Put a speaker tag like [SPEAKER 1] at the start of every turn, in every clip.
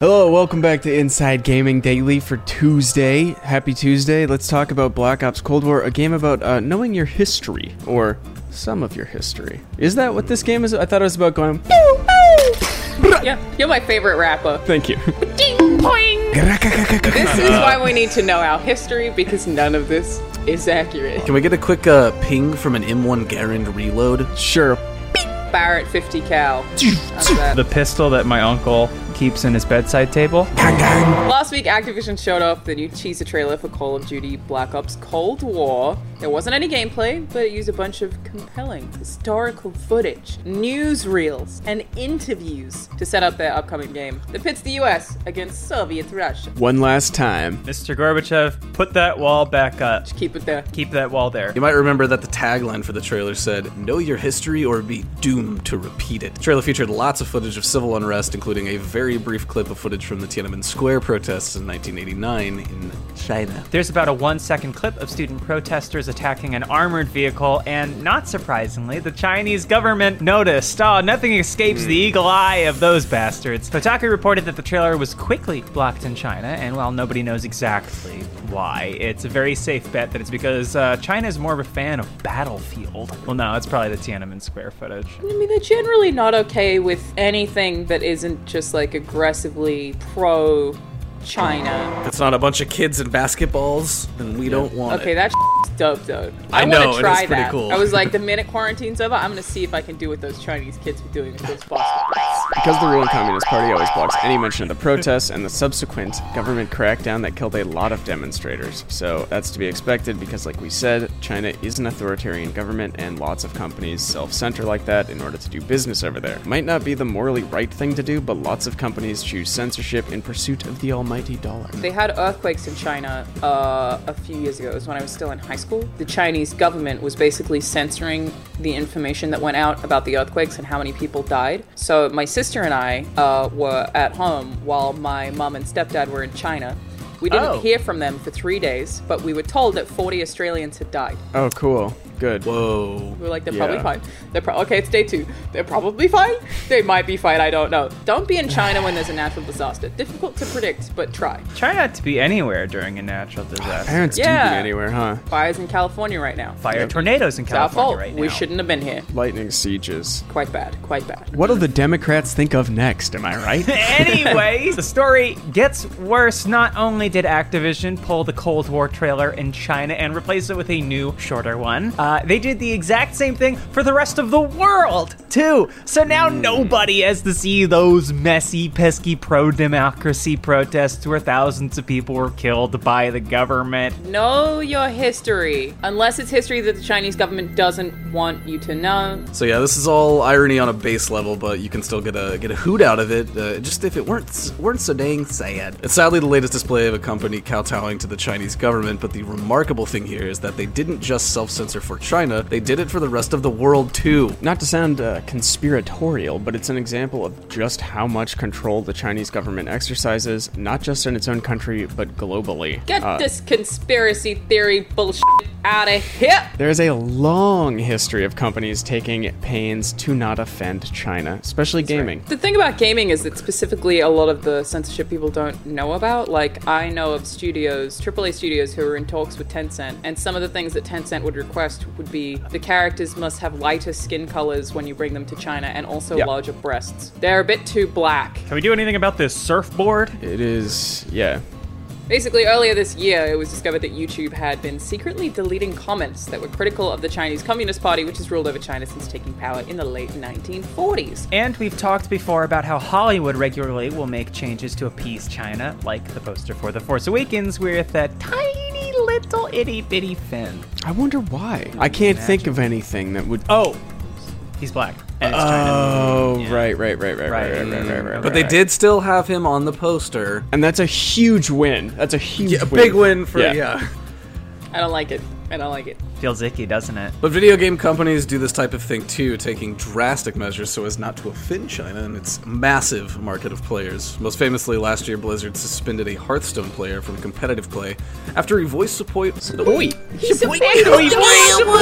[SPEAKER 1] Hello, welcome back to Inside Gaming Daily for Tuesday. Happy Tuesday. Let's talk about Black Ops Cold War, a game about uh, knowing your history, or some of your history. Is that what this game is? I thought it was about going. "Pew, pew."
[SPEAKER 2] Yeah, you're my favorite rapper.
[SPEAKER 1] Thank you.
[SPEAKER 2] Ding poing. This is why we need to know our history because none of this is accurate.
[SPEAKER 3] Can we get a quick uh, ping from an M1 Garand reload?
[SPEAKER 1] Sure.
[SPEAKER 2] Barrett 50 cal. How's that?
[SPEAKER 4] the pistol that my uncle keeps in his bedside table.
[SPEAKER 2] Last week, Activision showed off the new teaser trailer for Call of Duty Black Ops Cold War. There wasn't any gameplay, but it used a bunch of compelling historical footage, newsreels, and interviews to set up their upcoming game that pits the US against Soviet Russia.
[SPEAKER 1] One last time.
[SPEAKER 4] Mr. Gorbachev, put that wall back up.
[SPEAKER 2] Keep it there.
[SPEAKER 4] Keep that wall there.
[SPEAKER 3] You might remember that the tagline for the trailer said, Know your history or be doomed to repeat it. The trailer featured lots of footage of civil unrest, including a very brief clip of footage from the Tiananmen Square protests in 1989 in China.
[SPEAKER 4] There's about a one second clip of student protesters attacking an armored vehicle, and not surprisingly, the Chinese government noticed. Oh, nothing escapes the eagle eye of those bastards. Kotaku reported that the trailer was quickly blocked in China, and while nobody knows exactly why, it's a very safe bet that it's because uh, China is more of a fan of Battlefield. Well, no, it's probably the Tiananmen Square footage.
[SPEAKER 2] I mean, they're generally not okay with anything that isn't just like aggressively pro China.
[SPEAKER 3] It's not a bunch of kids in basketballs, and we don't want
[SPEAKER 2] Okay,
[SPEAKER 3] it.
[SPEAKER 2] that's dope though.
[SPEAKER 3] I
[SPEAKER 2] wanna
[SPEAKER 3] know, it is
[SPEAKER 2] try
[SPEAKER 3] pretty
[SPEAKER 2] that.
[SPEAKER 3] cool.
[SPEAKER 2] I was like, the minute quarantine's over, I'm gonna see if I can do what those Chinese kids were doing with those basketballs.
[SPEAKER 1] Because the ruling Communist Party always blocks any mention of the protests and the subsequent government crackdown that killed a lot of demonstrators. So that's to be expected because, like we said, China is an authoritarian government and lots of companies self center like that in order to do business over there. Might not be the morally right thing to do, but lots of companies choose censorship in pursuit of the almighty dollar.
[SPEAKER 2] They had earthquakes in China uh, a few years ago. It was when I was still in high school. The Chinese government was basically censoring the information that went out about the earthquakes and how many people died. So my sister and I uh, were at home while my mom and stepdad were in China. We didn't
[SPEAKER 3] Oh.
[SPEAKER 2] hear from them for three days, but we were told that 40 Australians had died.
[SPEAKER 1] Oh, cool. Good.
[SPEAKER 3] Whoa.
[SPEAKER 2] We were like, they're
[SPEAKER 1] Yeah.
[SPEAKER 2] probably fine. They're pro- okay. It's day two. They're probably fine. They might be fine. I don't know. Don't be in China when there's a natural disaster. Difficult to predict, but try.
[SPEAKER 4] Try not to be anywhere during a natural disaster.
[SPEAKER 1] Parents do
[SPEAKER 2] Yeah.
[SPEAKER 1] be anywhere, huh?
[SPEAKER 2] Fires in California right now.
[SPEAKER 4] Fire tornadoes in
[SPEAKER 2] It's our fault.
[SPEAKER 4] California right now.
[SPEAKER 2] We shouldn't have been here.
[SPEAKER 1] Lightning sieges.
[SPEAKER 2] Quite bad. Quite bad.
[SPEAKER 1] What'll the Democrats think of next? Am I right?
[SPEAKER 4] Anyways, the story gets worse. Not only did Activision pull the Cold War trailer in China and replace it with a new, shorter one, uh, they did the exact same thing for the rest of the world, too. So now nobody has to see those messy, pesky pro democracy protests where thousands of people were killed by the government.
[SPEAKER 2] Know your history. Unless it's history that the Chinese government doesn't want you to know.
[SPEAKER 3] So yeah, this is all irony on a base level, but you can still get a get a hoot out of it, uh, just if it weren't weren't so dang sad. It's sadly the latest display of a company kowtowing to the Chinese government, but the remarkable thing here is that they didn't just self-censor for China; they did it for the rest of the world too.
[SPEAKER 1] Not to sound uh, conspiratorial, but it's an example of just how much control the Chinese government exercises, not just in its own country, but globally.
[SPEAKER 2] Get
[SPEAKER 1] Uh,
[SPEAKER 2] this conspiracy theory bullshit out of here.
[SPEAKER 1] There is a long history of companies taking pains to not offend China, especially gaming.
[SPEAKER 2] The thing about gaming is that specifically a lot of the censorship people don't know about. Like, I know of studios, AAA studios, who are in talks with Tencent, and some of the things that Tencent would request would be the characters must have lighter skin colors when you bring them to China and also
[SPEAKER 1] Yeah.
[SPEAKER 2] larger breasts. They're a bit too black.
[SPEAKER 4] Can we do anything about this surfboard?
[SPEAKER 1] It is, yeah.
[SPEAKER 2] Basically, earlier this year, it was discovered that YouTube had been secretly deleting comments that were critical of the Chinese Communist Party, which has ruled over China since taking power in the late 1940s.
[SPEAKER 4] And we've talked before about how Hollywood regularly will make changes to appease China, like the poster for The Force Awakens with that tiny little itty bitty fin.
[SPEAKER 1] I wonder why. I can't think of anything that would.
[SPEAKER 4] Oh, he's black. And it's
[SPEAKER 1] Oh, right, right, right, right, right, right,
[SPEAKER 4] Right.
[SPEAKER 1] right, right, right.
[SPEAKER 3] But they
[SPEAKER 1] right.
[SPEAKER 3] did still have him on the poster.
[SPEAKER 1] and that's a huge win. That's a huge,
[SPEAKER 3] Yeah, a big win for yeah.
[SPEAKER 2] I don't like it. I don't like it.
[SPEAKER 4] Feels icky, doesn't it?
[SPEAKER 3] But video game companies do this type of thing too, taking drastic measures so as not to offend China and its massive market of players. Most famously, last year Blizzard suspended a Hearthstone player from competitive play after he voiced support. Support.
[SPEAKER 2] He's a boy.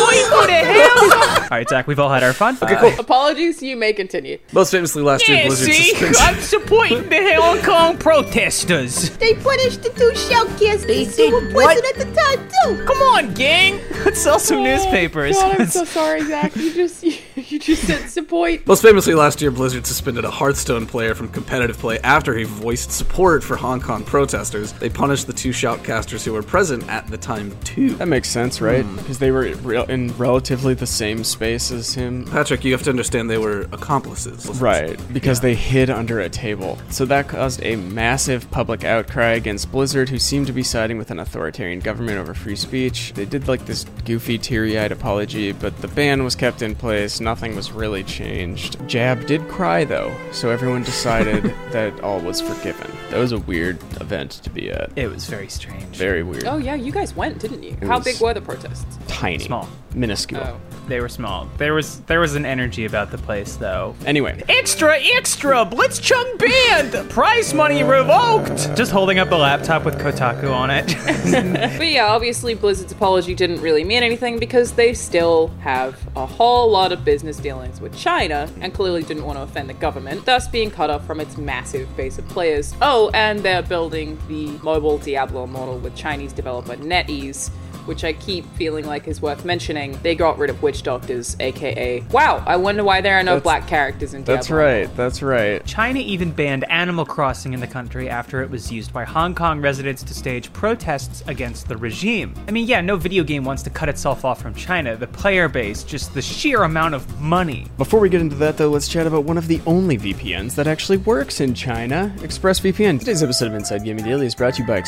[SPEAKER 4] All right, Zach, we've all had our fun. Okay,
[SPEAKER 3] cool.
[SPEAKER 2] Apologies, you may continue.
[SPEAKER 3] Most famously, last year Blizzard suspended.
[SPEAKER 4] supporting the Hong Kong protesters.
[SPEAKER 5] They punished the two shellcasters. They did who
[SPEAKER 4] what?
[SPEAKER 5] wasn't at the time too.
[SPEAKER 4] Come on, gang. Let's sell some newspapers.
[SPEAKER 2] God, I'm so sorry, Zach. You just you, you just said Sepoy.
[SPEAKER 3] Most famously, last year Blizzard suspended a Hearthstone player from competitive play after he voiced support for Hong Kong protesters. They punished the two shoutcasters who were present at the time too.
[SPEAKER 1] That makes sense, right? Because they were re- in relatively the same space as him.
[SPEAKER 3] Patrick, you have to understand they were accomplices.
[SPEAKER 1] Right, because they hid under a table. So that caused a massive public outcry against Blizzard, who seemed to be siding with an authoritarian government over free speech. They did like this goofy, teary eyed apology, but the ban was kept in place, nothing was really changed. Jab did cry, though, so everyone decided that all was forgiven. That was a weird event to be at.
[SPEAKER 4] It was very strange.
[SPEAKER 1] Very weird.
[SPEAKER 2] Oh yeah, you guys went, didn't you? How
[SPEAKER 1] was-
[SPEAKER 2] big were the protests?
[SPEAKER 1] Tiny.
[SPEAKER 4] Small.
[SPEAKER 1] Minuscule.
[SPEAKER 2] Oh.
[SPEAKER 4] They were small. There was there was an energy about the place though.
[SPEAKER 1] Anyway,
[SPEAKER 4] Extra, extra! Blitzchung banned! Prize money revoked! Just holding up a laptop with Kotaku on it.
[SPEAKER 2] But yeah, obviously Blizzard's apology didn't really mean anything because they still have a whole lot of business dealings with China and clearly didn't want to offend the government, thus being cut off from its massive base of players. Oh, and they're building the mobile Diablo model with Chinese developer NetEase. Which I keep feeling like is worth mentioning. They got rid of witch doctors, aka. Wow, I wonder why there are no
[SPEAKER 1] That's-
[SPEAKER 2] black characters in Diablo.
[SPEAKER 1] that's right, that's right.
[SPEAKER 4] China even banned Animal Crossing in the country after it was used by Hong Kong residents to stage protests against the regime. I mean, yeah, no video game wants to cut itself off from China, the player base, just the sheer amount of money.
[SPEAKER 1] Before we get into that, though, let's chat about one of the only VPNs that actually works in China, ExpressVPN. Today's episode of Inside Gaming Daily is brought to you by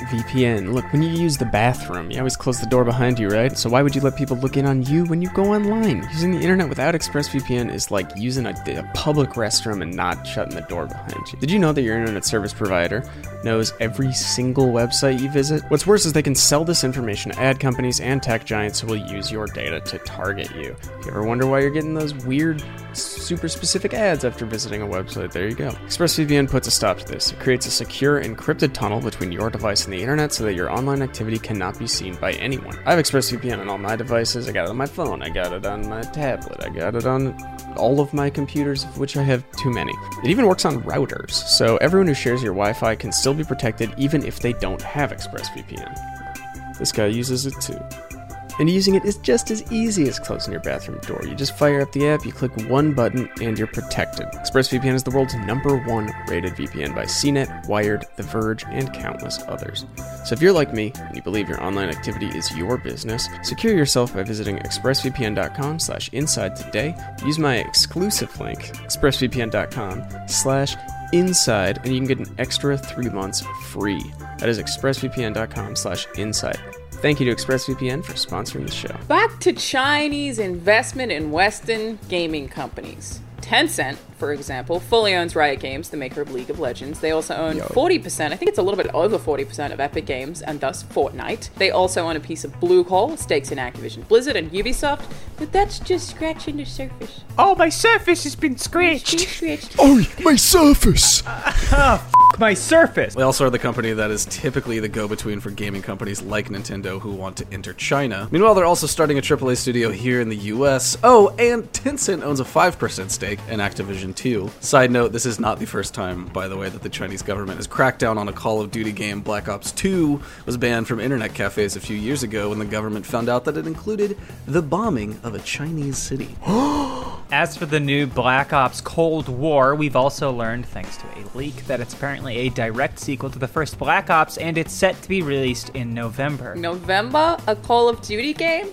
[SPEAKER 1] ExpressVPN. Look, when you use the bathroom, you always close the door behind you, right? So why would you let people look in on you when you go online? Using the internet without ExpressVPN is like using a, a public restroom and not shutting the door behind you. Did you know that your internet service provider knows every single website you visit? What's worse is they can sell this information to ad companies and tech giants who will use your data to target you. If you ever wonder why you're getting those weird, super specific ads after visiting a website, there you go. ExpressVPN puts a stop to this. It creates a secure, encrypted tunnel between your device and the internet so that your online activity cannot be seen by anyone. I have ExpressVPN on all my devices. I got it on my phone, I got it on my tablet, I got it on all of my computers, of which I have too many. It even works on routers, so everyone who shares your Wi Fi can still be protected even if they don't have ExpressVPN. This guy uses it too. And using it is just as easy as closing your bathroom door. You just fire up the app, you click one button, and you're protected. ExpressVPN is the world's number one rated VPN by CNET, Wired, The Verge, and countless others. So if you're like me and you believe your online activity is your business, secure yourself by visiting expressvpn.com slash inside today. Use my exclusive link, expressvpn.com slash inside, and you can get an extra three months free. That is expressvpn.com slash inside. Thank you to ExpressVPN for sponsoring the show.
[SPEAKER 2] Back to Chinese investment in Western gaming companies. Tencent, for example, fully owns Riot Games, the maker of League of Legends. They also own 40%, I think it's a little bit over 40% of Epic Games and thus Fortnite. They also own a piece of Blue Hole, stakes in Activision Blizzard and Ubisoft, but that's just scratching the surface.
[SPEAKER 4] Oh, my surface has been scratched!
[SPEAKER 2] Scratched.
[SPEAKER 3] Oh.
[SPEAKER 1] my surface!
[SPEAKER 4] my surface!
[SPEAKER 3] They also are the company that is typically the go between for gaming companies like Nintendo who want to enter China. Meanwhile, they're also starting a AAA studio here in the US. Oh, and Tencent owns a 5% stake in Activision too. Side note this is not the first time, by the way, that the Chinese government has cracked down on a Call of Duty game. Black Ops 2 was banned from internet cafes a few years ago when the government found out that it included the bombing of a Chinese city.
[SPEAKER 4] As for the new Black Ops Cold War, we've also learned, thanks to a leak, that it's apparently a direct sequel to the first Black Ops, and it's set to be released in November.
[SPEAKER 2] November, a Call of Duty game?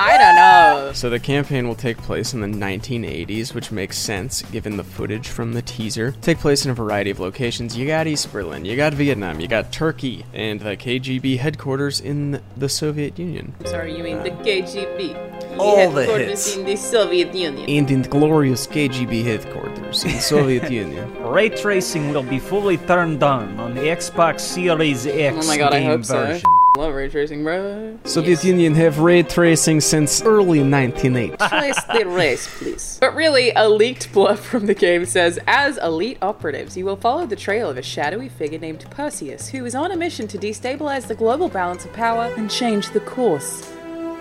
[SPEAKER 2] I don't know.
[SPEAKER 1] So the campaign will take place in the 1980s, which makes sense given the footage from the teaser. Take place in a variety of locations. You got East Berlin, you got Vietnam, you got Turkey, and the KGB headquarters in the Soviet Union.
[SPEAKER 2] Sorry, you mean the KGB.
[SPEAKER 3] Ah. All
[SPEAKER 2] had
[SPEAKER 3] the
[SPEAKER 2] quarters
[SPEAKER 3] hits.
[SPEAKER 2] in the Soviet Union.
[SPEAKER 1] And in glorious KGB headquarters in the Soviet Union.
[SPEAKER 4] Ray tracing will be fully turned on on the Xbox Series X.
[SPEAKER 2] Oh my god, I
[SPEAKER 4] game
[SPEAKER 2] hope so.
[SPEAKER 4] version.
[SPEAKER 2] Love ray tracing, bro.
[SPEAKER 1] Soviet Union have ray tracing since early 1980.
[SPEAKER 2] Place the race, please. But really, a leaked bluff from the game says As elite operatives, you will follow the trail of a shadowy figure named Perseus, who is on a mission to destabilize the global balance of power and change the course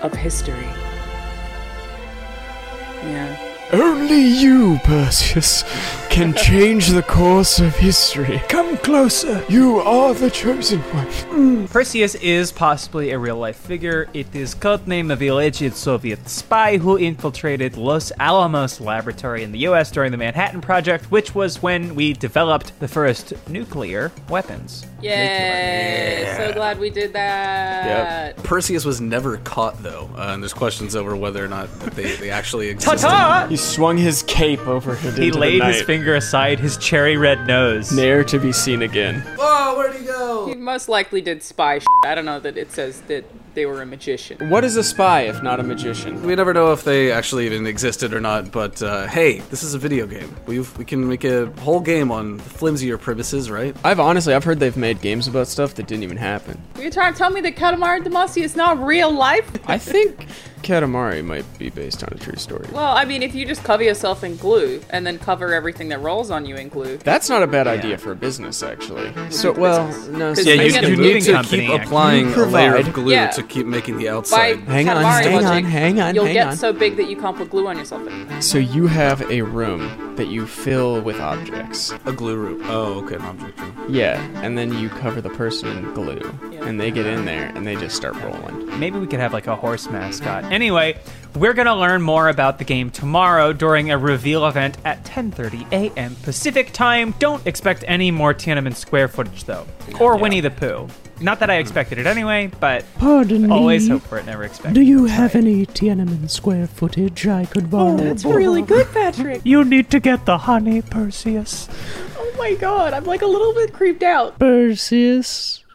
[SPEAKER 2] of history. Yeah.
[SPEAKER 1] Only you, Perseus, can change the course of history.
[SPEAKER 6] Come closer.
[SPEAKER 1] You are the chosen one.
[SPEAKER 4] Perseus is possibly a real life figure. It is codename of the alleged Soviet spy who infiltrated Los Alamos Laboratory in the US during the Manhattan Project, which was when we developed the first nuclear weapons.
[SPEAKER 2] Yay! So glad we did that.
[SPEAKER 3] Uh, Perseus was never caught though, uh, and there's questions over whether or not that they, they actually
[SPEAKER 4] Ta
[SPEAKER 3] existed.
[SPEAKER 4] ta!
[SPEAKER 1] He swung his cape over him.
[SPEAKER 4] He laid his finger aside his cherry red nose.
[SPEAKER 1] There to be seen again.
[SPEAKER 3] Oh, where'd he go?
[SPEAKER 2] He most likely did spy shit. I don't know that it says that they were a magician.
[SPEAKER 1] What is a spy if not a magician?
[SPEAKER 3] We never know if they actually even existed or not, but uh, hey, this is a video game. We've, we can make a whole game on flimsier premises, right?
[SPEAKER 1] I've honestly, I've heard they've made games about stuff that didn't even happen.
[SPEAKER 2] You're trying to tell me that Katamari Damacy is not real life?
[SPEAKER 1] I think Katamari might be based on a true story.
[SPEAKER 2] Well, I mean, if you just cover yourself in glue and then cover everything that rolls on you in glue.
[SPEAKER 1] That's not a bad idea for a business, actually. So, well, no.
[SPEAKER 2] Because
[SPEAKER 1] so-
[SPEAKER 2] Yeah, you- you
[SPEAKER 3] You
[SPEAKER 2] Moving
[SPEAKER 3] need to
[SPEAKER 4] company,
[SPEAKER 3] keep
[SPEAKER 4] actually.
[SPEAKER 3] applying a layer of
[SPEAKER 1] Provide.
[SPEAKER 3] glue
[SPEAKER 2] Yeah.
[SPEAKER 3] to keep making the
[SPEAKER 2] By
[SPEAKER 3] outside.
[SPEAKER 1] Hang on,
[SPEAKER 2] Katamari
[SPEAKER 1] hang on,
[SPEAKER 2] logic,
[SPEAKER 1] hang on,
[SPEAKER 2] You'll
[SPEAKER 1] hang
[SPEAKER 2] get
[SPEAKER 1] on.
[SPEAKER 2] so big that you can't put glue on yourself. anymore.
[SPEAKER 1] so you have a room that you fill with objects.
[SPEAKER 3] a glue root. Oh, okay, an object room.
[SPEAKER 1] Yeah, and then you cover the person in glue,
[SPEAKER 2] Yeah.
[SPEAKER 1] and they get in there and they just start rolling.
[SPEAKER 4] Maybe we could have like a horse mascot. Anyway, we're gonna learn more about the game tomorrow during a reveal event at 10:30 a.m. Pacific time. Don't expect any more Tiananmen Square footage though, or Winnie the Pooh. Not that I expected it anyway, but
[SPEAKER 7] Pardon
[SPEAKER 4] always
[SPEAKER 7] me.
[SPEAKER 4] hope for it, never expect.
[SPEAKER 7] Do
[SPEAKER 4] it.
[SPEAKER 7] you have any Tiananmen Square footage I could borrow?
[SPEAKER 5] Oh, That's really good, Patrick.
[SPEAKER 7] You need to get the honey, Perseus.
[SPEAKER 5] Oh my god, I'm like a little bit creeped out.
[SPEAKER 7] Perseus,